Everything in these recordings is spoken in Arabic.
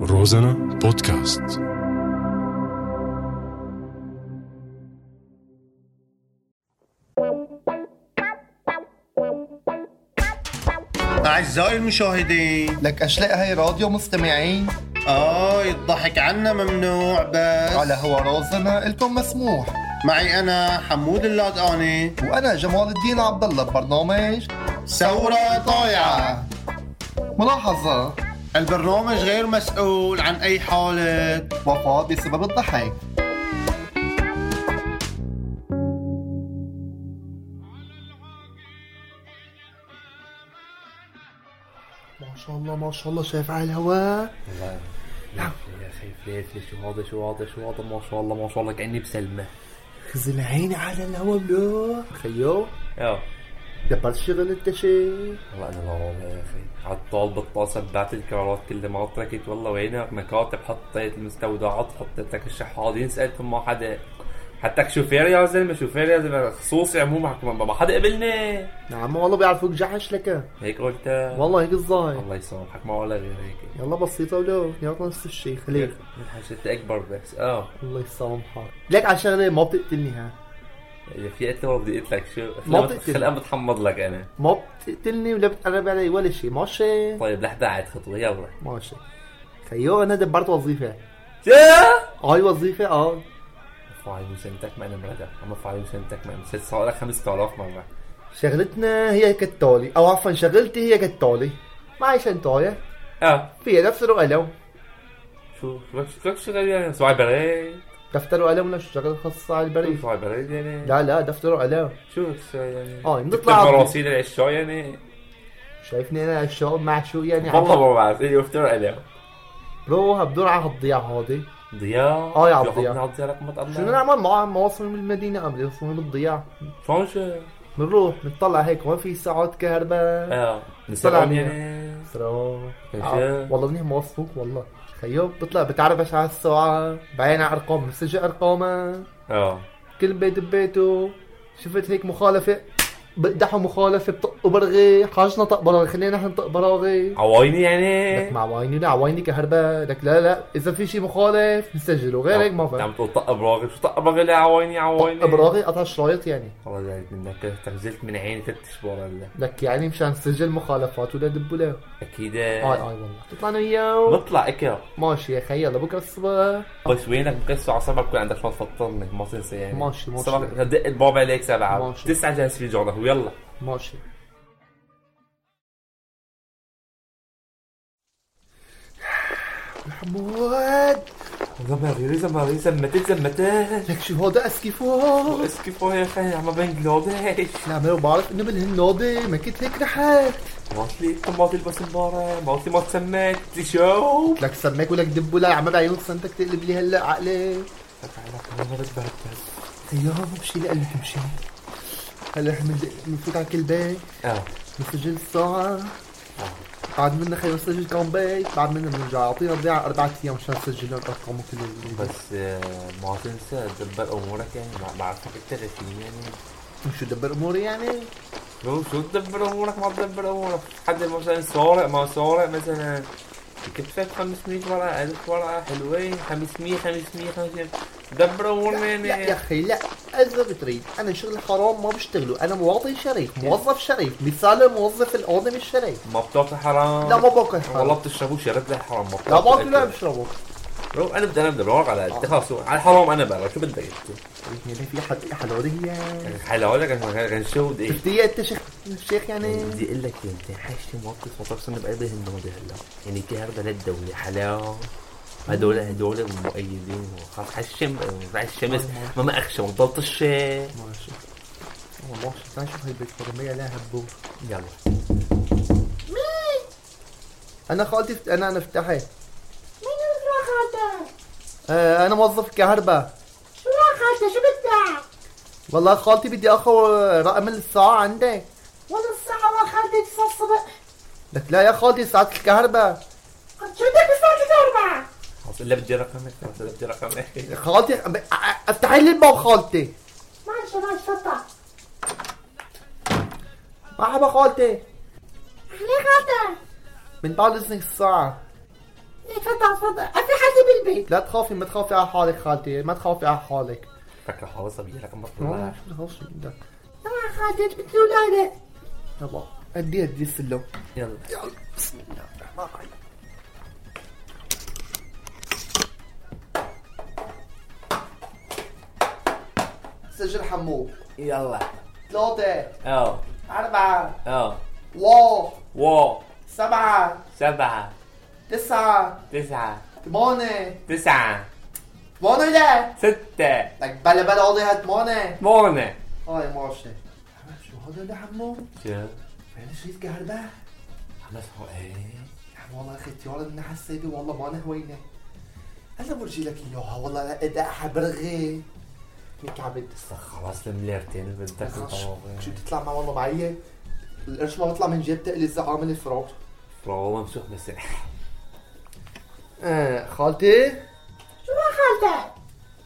روزانا بودكاست أعزائي المشاهدين لك اشلاء هاي راديو مستمعين آه الضحك عنا ممنوع بس على هو رازنا الكم مسموح معي أنا حمود اللادقاني وانا جمال الدين عبد الله ببرنامج آه. ثورة طايعة ملاحظه البرنامج غير مسؤول عن أي حالة وفاه بسبب الضحك ما شاء الله ما شاء الله شايف على الهواء يا إيه؟ اخي فليفلي شو هذا شو هذا شو هذا ما شاء الله ما شاء الله كاني بسلمه خزل عيني على الهواء بلو خيو اه دبر شغل انت شي والله انا لا والله يا اخي عطال بالطاسه بعت الكرارات كلها ما تركت والله وينك مكاتب حطيت المستودعات حطيت لك الشحاضين سالتهم ما حدا حتى شوفير يا زلمه شوفير يا زلمه خصوصي عموما ما حدا قبلني نعم والله بيعرفوك جحش لك هيك قلت والله هيك الظاهر الله يسامحك ما ولا غير هيك يلا بسيطة ولو يلا نفس الشيء خليك حسيت اكبر بس اه الله يسامحك لك على شغلة ما بتقتلني ها إذا في قتل ما بدي قلت لك شو ما خلق- بتقتل. خلق بتحمض لك انا ما بتقتلني ولا بتقرب علي ولا شيء ماشي طيب لحظه عاد خطوه يلا ماشي خيو انا دبرت وظيفة شو هاي وظيفة اه فاعل مساندك مع نمرتك اما فاعل مساندك مع مسلسل صار لك 5000 مره شغلتنا هي كالتالي او عفوا شغلتي هي كالتالي معي شنطاية اه فيها دفتر وقلم شو شو شو شو يعني صباعي بريد دفتر وقلم ولا شو شغلة خاصة على البريد صباعي بريد يعني لا لا دفتر وقلم شو شو يعني آه، نطلع- راسي للعشاء يعني شايفني انا الشغل مع شو يعني والله ما بعرف اللي يفتر عليه برو هبدور على هالضياع هادي ضياء آه، يا عالضياع. يا ضياء رقم الله شو بدنا نعمل مع مواصل من المدينة ام يوصلون بالضياع شلون شو بنروح بنطلع هيك وين في ساعات كهرباء اه طلع نسلم منيح. يعني ترى- شو؟ آه، والله منيح مواصفوك والله خيو بتطلع بتعرفش على الساعة بعدين على ارقام بسجل ارقامها اه كل بيت ببيته شفت هيك مخالفة بقدحوا مخالفة بطقوا برغي حاجنا طق براغي خلينا نحن نطق براغي عوايني لك يعني مع ويني لا ويني كهرباء لك لا لا اذا في شيء مخالف نسجله غير هيك ما أنت فهم عم تقول طق براغي شو طق براغي لا عوايني عوايني ابراغي قطع الشرايط يعني والله زعلت منك تغزلت من عيني ثلاث شهور هلا لك يعني مشان نسجل مخالفات ولا دب ولا اكيد اي اي آه، والله طلعنا وياه نطلع اكل ماشي يا خي يلا بكره الصبح بس وينك مكسر عصابك يكون عندك شلون تفطرني ما تنسى يعني ماشي، ماشي. الصبح دق الباب عليك سبعة ماشي. تسعة جالس في جونك ويلا ماشي محمود زمري زمري زمتت زمتت لك شو هودا اسكيفو اسكفوا يا اخي عم بنجلاديش نعم انا بعرف انه بالهنودي ما كنت هيك رحت ماطلي طماطي البس مبارة ماطلي ما تسميت تشوف لك سماك ولك دب ولا عم بعيون سنتك تقلب لي هلا عقلي يا مشي لقلبك مشي هلا احنا بندق- بنفوت على كل بيت اه نسجل الساعة بعد منا خير نسجل كم بيت بعد منا بنرجع اعطينا بضيعة أربعة أيام مشان نسجل الأرقام وكل ال- بس آه، ما تنسى تدبر امورك يعني ما بعرفك انت غشيم يعني شو دبر أموري يعني شو شو تدبر امورك ما تدبر امورك حد مثلا سارق ما سارق مثلا كتفك 500 ورقه 1000 ورقه حلوين 500 500 500 دبر امورنا لا يا يعني أخي لا إذا بتريد أنا شغل حرام ما بشتغله أنا مواطن شريف موظف شريف مثال الموظف القادم الشريف ما بتعطي حرام لا ما باكل والله حرام بتشربوا شرب لا حرام ما لا بتعطي باكل لا أكل. بشربه رو انا بدي انا بدي بروح على قد خلص على الحرام انا برا شو بدك انت يعني في حد حلورية حلالك غنشود ايه شفتيها أنت شيخ الشيخ يعني بدي اقول لك انت حاشتي موقف مطر سنه بقلب النوضه هلا يعني كهرباء للدوله حلاوه هدول هدول مؤيدين خلص على الشمس على الشمس ما ما اخشى ما بضلطش يلا ماشي والله ماشي تعال شوف هاي البيت لها هبوط انا خالتي فت... انا انا فتحت مين راح هذا؟ آه انا موظف كهرباء شو راح هذا؟ شو بدك؟ والله خالتي بدي اخذ رقم الساعه عندك والله الساعة واحد خلتي تسعة الصبح لك لا يا خالتي ساعه الكهرباء شو بدك الساعة ثلاثة أربعة؟ خلص الا بدي رقمك خلص الا بدي رقمك خالتي أب- أ- افتحي لي الباب خالتي معلش معلش تفضل مرحبا خالتي ليه هذا؟ من بعد اذنك الساعه ليه تفضل تفضل تفضل في حالتي بالبيت لا تخافي ما تخافي على حالك خالتي ما تخافي على حالك فكر حاول صبيه لك ما والله تطلع شو الهوش اللي بدك طلع خالتي قلت له لا لا يلا قدي قدي السلم يلا سجل حمو يلا ثلاثة اه أربعة اه واو واو سبعة سبعة تسعة تسعة ثمانية تسعة ثمانية لا ستة لك بلا بلا قاضي هات ثمانية ثمانية هاي ماشي حبيب شو هذا اللي حمو؟ شو؟ فعلا شيء كهرباء عملت هو ايه؟ عم والله ختيار من حسابي والله ما انا هوينه هلا برجي لك اياها والله لا اداء حبرغي لك عبد خلاص المليارتين بدك شو بتطلع مع والله معي القرش ما بيطلع من جيب تقلي الزعامة من الفراغ والله مشوخ مسح آه خالتي شو ما خالتك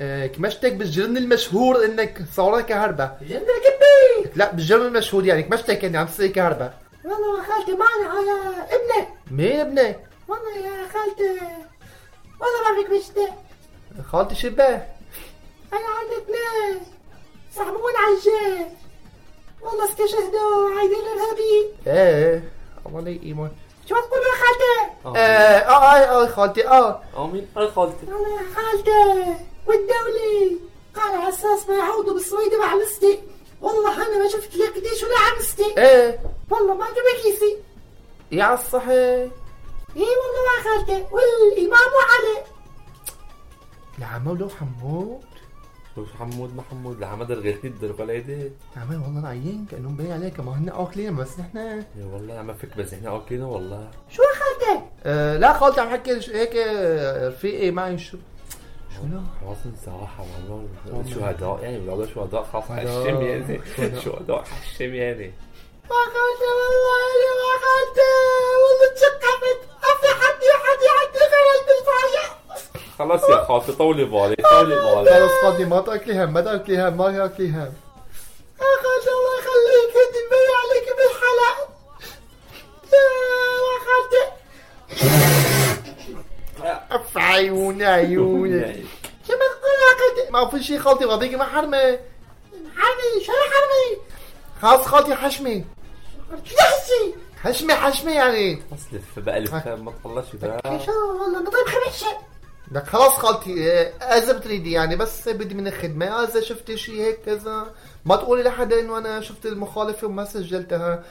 آه كمشتك بالجرن المشهور انك صورة كهرباء جنب الكبي لا بالجرن المشهور يعني كمشتك اني عم تصير كهرباء والله يا خالتي معنا على ابنك مين ابنك؟ والله يا خالتي والله ما فيك مشتاق خالتي شباه انا عندي اثنين صاحبون على الجيش والله استشهدوا عايدين الارهابيين ايه الله لي ايمان شو تقول يا خالتي اه اه اه آه، خالتي اه امين خالتي انا يا خالتي والدولي قال على اساس ما يعودوا بالصويدي مع مستي والله انا ما شفت لك ديش ولا عمستي ايه والله ما جوا كيسي يا الصحي اي إيه والله يا خالتي والامام علي العمى ولو حمود شوف حمود محمود لحمد رغيتني الدرب على ايديه العمى والله العيين كانوا مبين عليه كما هن اكلين بس نحن يا والله ما فيك بس احنا اوكينا آه، والله شو يا خالتي أه لا خالتي عم حكي ش- هيك آه، رفيقي إيه، معي شو شو لا خلاص الصراحة والله شهداء يعني والله شهداء خلاص حشم يعني شهداء حشم يعني يا خالتي والله يا خالتي والله تشقفت افي حد حد يعدي غير بالفاية خلاص يا خالتي طولي بالي طولي بالي خلص خالتي ما تاكلي هم ما تاكلي هم ما تاكلي هم أخرج الله يخليك هدي بي عليك بالحلق يا خالتي اف عيوني عيوني يعني شو بتقول يا خالتي ما في شي خالتي وضيقي ما حرمي حرمي شو حرمي خلاص خالتي حشمي شو تحسي حشمي حشمي يعني خلاص لف بقى لف ما تطلعش بقى شو والله مطيب خمشة لك خلاص خالتي آه، اذا بتريدي يعني بس بدي من الخدمه اذا شفتي شي هيك كذا ما تقولي لحدا انه انا شفت المخالفه وما سجلتها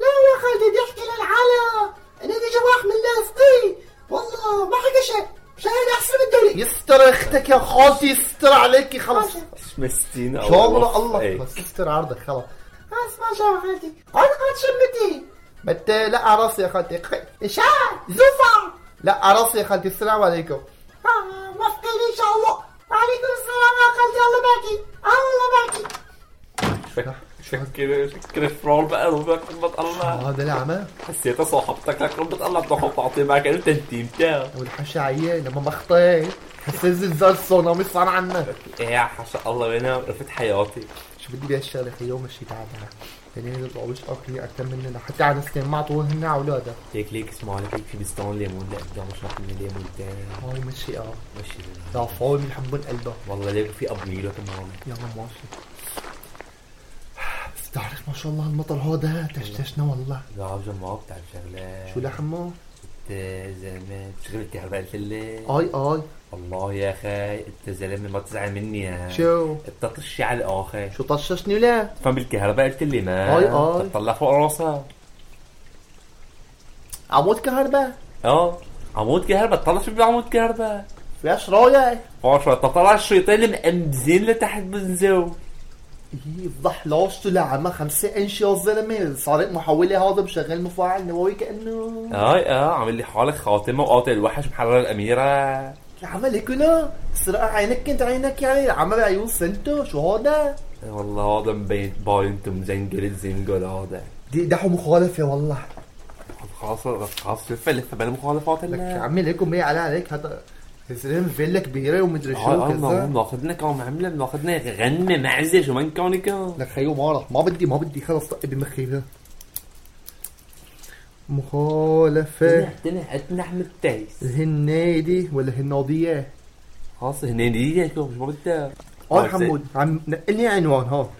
لا يا خالتي بدي احكي للعالم اني دي جواح من لاصقي والله ما حكى شيء شهد احسن من الدولي يستر اختك يا خالتي يستر عليكي خلص مسكين شغل إيه. الله بس يستر عرضك خلص خلاص ما شاء الله خالتي قعد قعد شمتي بت لا على راسي يا خالتي خ- إيش؟ شاء زوفا لا على راسي يا خالتي السلام عليكم آه، موفقين ان شاء الله وعليكم السلام يا خالتي الله باكي الله باكي شكل شكل فرول بقى ما تطلع هذا العمى حسيتها صاحبتك لك ربة الله بتاخد تعطيه معك انت انتيم تاعه والحشعية لما بخطي حسيت زلزال السونامي صار عنا ايه حاشا الله وين رفت حياتي شو بدي بهالشغلة خيو مشي تعبها بنين الطعوش اكلي اكثر مننا حتى على سنين ما عطوه هن اولادها ليك ليك اسمع لك في بستان ليمون لا قدام مش راح من ليمون تاني هاي مشي اه ماشي ضعفوا من حبون قلبه والله ليك في قبيله كمان يلا ماشي بس بتعرف ما شاء الله المطر هذا تشتشنا والله لعب جماعة بتاع شغلة شو لحمه؟ انت زلمة شغل بتعمل لي اي اي الله يا اخي انت زلمة ما تزعل مني ها شو؟ انت طشي على الاخر شو طششني ولا؟ فهم بالكهرباء قلت لي ما آي آي. تطلع فوق راسها عمود كهرباء اه عمود كهرباء تطلع شو بعمود كهرباء فلاش رايق فاشا تطلع الشيطان المأمزين لتحت بنزو ايه فضح لاشته لعمة خمسة انش يا زلمة صارت محولة هذا مشغل مفاعل نووي كأنه اي اه عامل لي حالك خاتمة وقاطع الوحش محرر الاميرة العمى ليك لا سرقة عينك كنت عينك يعني العمى بعيون سنتو شو هذا؟ إيه والله هذا مبين باين مزنجل الزنجل هذا دي ده مخالفة والله خلاص خلاص لفة لفة بلا مخالفات لك الله. يا عمي ليكم ايه على عليك هذا زلمة فيلا كبيرة ومدري شو اه اه كذا ناخذنا كم عملة ناخذنا غنمة معزة شو من كونك لك خيو مارة ما بدي ما بدي خلص طق بمخي مخالفة تنح تنح تنح من التهيس الهنادي ولا هناضية خلاص هنا دي هيك مش بدها اه حمود عم نقلني عنوان ها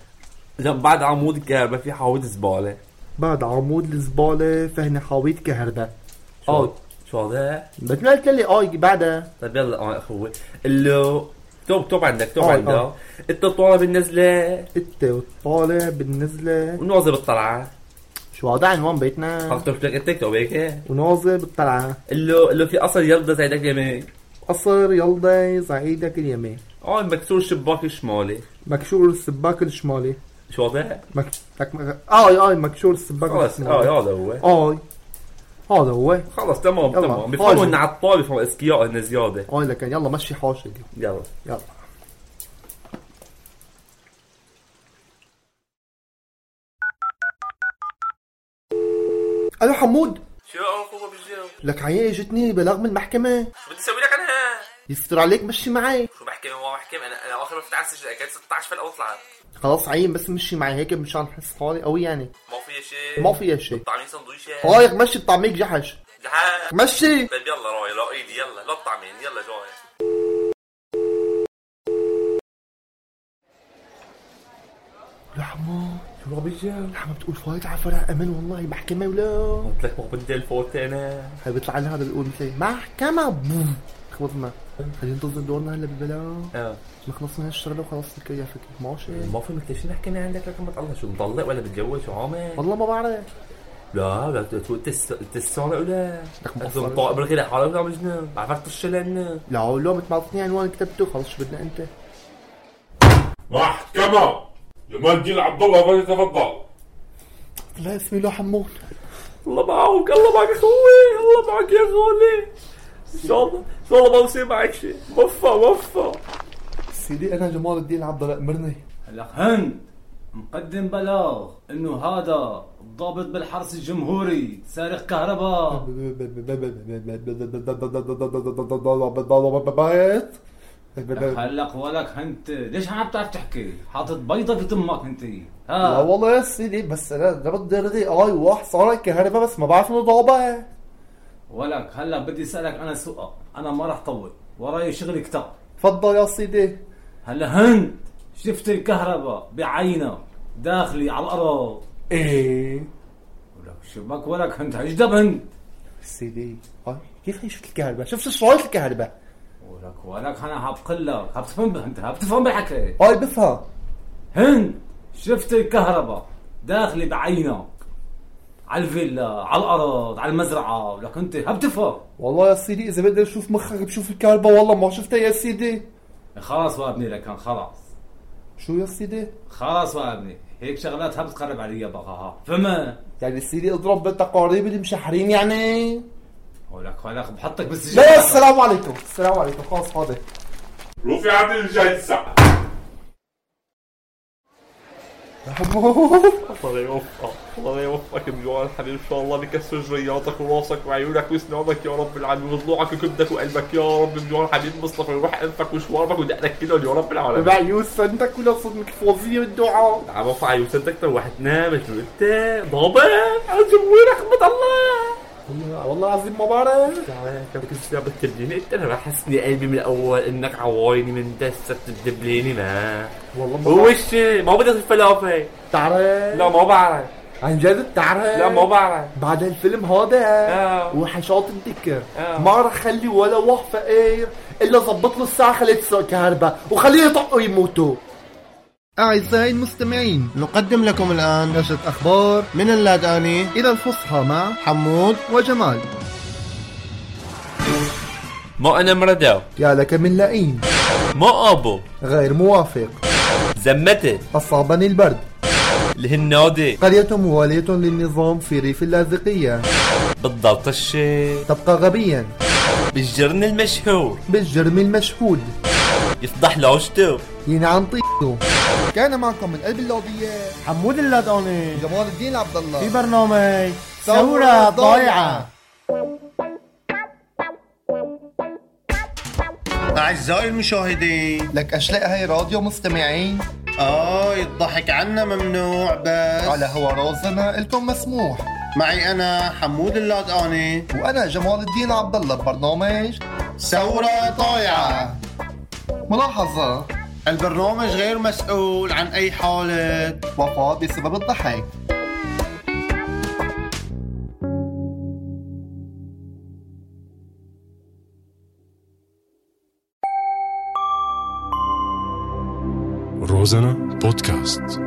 بعد عمود الكهرباء في حوض زباله بعد عمود الزبالة فهنا حاويط كهرباء اه شو هذا؟ بس ما قلت لي اه بعدها طيب يلا اه اخوي اللو توب توب عندك توب آه، عندك آه. انت طالب النزله انت والطالع بالنزلة ونواظب الطلعه شو هذا عنوان بيتنا حطوا لك التيك توك هيك وناظر بالطلعة اللو اللو في قصر يلدى زي ذاك اليمين قصر يلدي صعيدك اليمين اه مكسور الشباك الشمالي مكشور السباك الشمالي شو هذا؟ مك... لك مك... آي آي مكشور السباك خلص الشمالي اه هذا هو آي هذا هو آي خلص تمام يلا. طيب. تمام بيفهموا حاجة. ان على الطابه بيفهموا اذكياء انه زياده لكن يلا مشي حاشك يلا يلا الو حمود شو اخوه بالجو؟ لك عيني جتني بلاغ من المحكمة شو بدي اسوي لك انا؟ يستر عليك مشي معي شو بحكي ما بحكي انا انا اخر فتحت السجن كانت 16 فلقه وطلعت خلاص عين بس مشي معي هيك مشان احس حالي قوي يعني ما في شيء ما فيها شيء طيب. طعمين سندويشه هاي مشي بطعميك جحش جحا مشي طيب يلا راي لا ايدي يلا لا الطعمين يلا جاي لحمة شو ربي جو؟ لحمة بتقول فايت على فرع امان والله محكمة ولا قلت لك ما بدي الفوت انا هاي بيطلع لنا هذا بيقول مثل محكمة بوم خبطنا خلينا ننتظر دورنا هلا بالبلا اه ما خلصنا هالشغلة وخلص لك يا فكرة ماشي ما في مثل شي محكمة عندك لك ما الله شو مطلق ولا متجوز شو عامل؟ والله ما بعرف لا لا تستعمل ولا لك ما انتم أصلاً. طائب الغير حالك ولا مجنون عرفت الشلن لا لا مثل ما اعطتني عنوان كتبته خلص شو بدنا انت محكمة لمجد عبد الله فليتفضل لا اسمي له حمود الله معك الله معك اخوي الله معك يا غالي ان شاء الله ان شاء الله ما بصير معك شيء وفى وفى سيدي انا جمال الدين عبد الله امرني هلا هند مقدم بلاغ انه هذا الضابط بالحرس الجمهوري سارق كهرباء بيت لك هلق ولك هنت ليش عم بتعرف تحكي حاطط بيضة في تمك انت لا ها والله يا سيدي بس انا جبت درجي اي آه، واحد صار الكهرباء بس ما بعرف انه ضابع ولك هلا بدي اسالك انا سؤال انا ما راح طول وراي شغل كتاب تفضل يا سيدي هلا هند شفت الكهرباء بعينها داخلي على الارض ايه ولك شبك ولك هند اجدب هند سيدي اي كيف شفت الكهرباء شفت صوره الكهرباء ولك ولك انا هبقول لك هبتفهم انت هبتفهم بالحكي اي آه، بفهم هند شفت الكهرباء داخلة بعينك على الفيلا على الارض على المزرعه ولك انت هبتفهم والله يا سيدي اذا بدي اشوف مخك بشوف الكهرباء والله ما شفتها يا سيدي خلاص بقى ابني لك خلاص شو يا سيدي خلاص بقى ابني هيك شغلات هبت تقرب علي بقى ها فما يعني سيدي اضرب بالتقاريب اللي مشحرين يعني ولك ولك بحطك بالسجن لا السلام عليكم السلام عليكم خلاص فاضي رفعت الجلسة الله يوفقك الله يوفقك مليون حبيبي ان شاء الله بكسر جرياتك وراسك وعيونك واسنانك يا رب العالمين وضلوعك وكبدك وقلبك يا رب مليون حبيب مصطفى وروح انفك وشواربك ودقنك كلهم يا رب العالمين بعيون سنتك ولا صدمك فاضية الدعاء عم ارفع يوسف اكثر واحد نام شو انت بابا على جمهور رحمة الله والله العظيم ما بعرف كم كنت عم بتكلمني انت انا حسني قلبي من الاول انك عوايني من دسة الدبليني ما والله ما هو بعرف. الشيء ما بدك الفلافل تعرف لا ما بعرف عن جد تعرف لا ما بعرف بعد الفيلم هذا آه. وحشات الذكر آه. ما راح اخلي ولا واحد فقير الا ظبط له الساعه خليت سوق كهرباء وخليه يطقوا يموتوا أعزائي المستمعين نقدم لكم الآن نشرة أخبار من اللاداني إلى الفصحى مع حمود وجمال ما انا مردا يا لك من لئيم ما ابو غير موافق زمتي أصابني البرد الهنادي قرية موالية للنظام في ريف اللاذقية بالضبط الشيء تبقى غبيا بالجرن المشهور بالجرم المشهود يفضح لوشته ينعم طيبه كان معكم من قلب اللوبية حمود اللاداني جمال الدين عبد الله في برنامج ثورة ضايعة أعزائي المشاهدين لك أشلاء هاي راديو مستمعين آه الضحك عنا ممنوع بس على هو رازنا إلكم مسموح معي أنا حمود اللادقاني وانا جمال الدين عبد الله ببرنامج ثورة طايعة ملاحظه البرنامج غير مسؤول عن أي حالة وفاه بسبب الضحك Розана подкаст.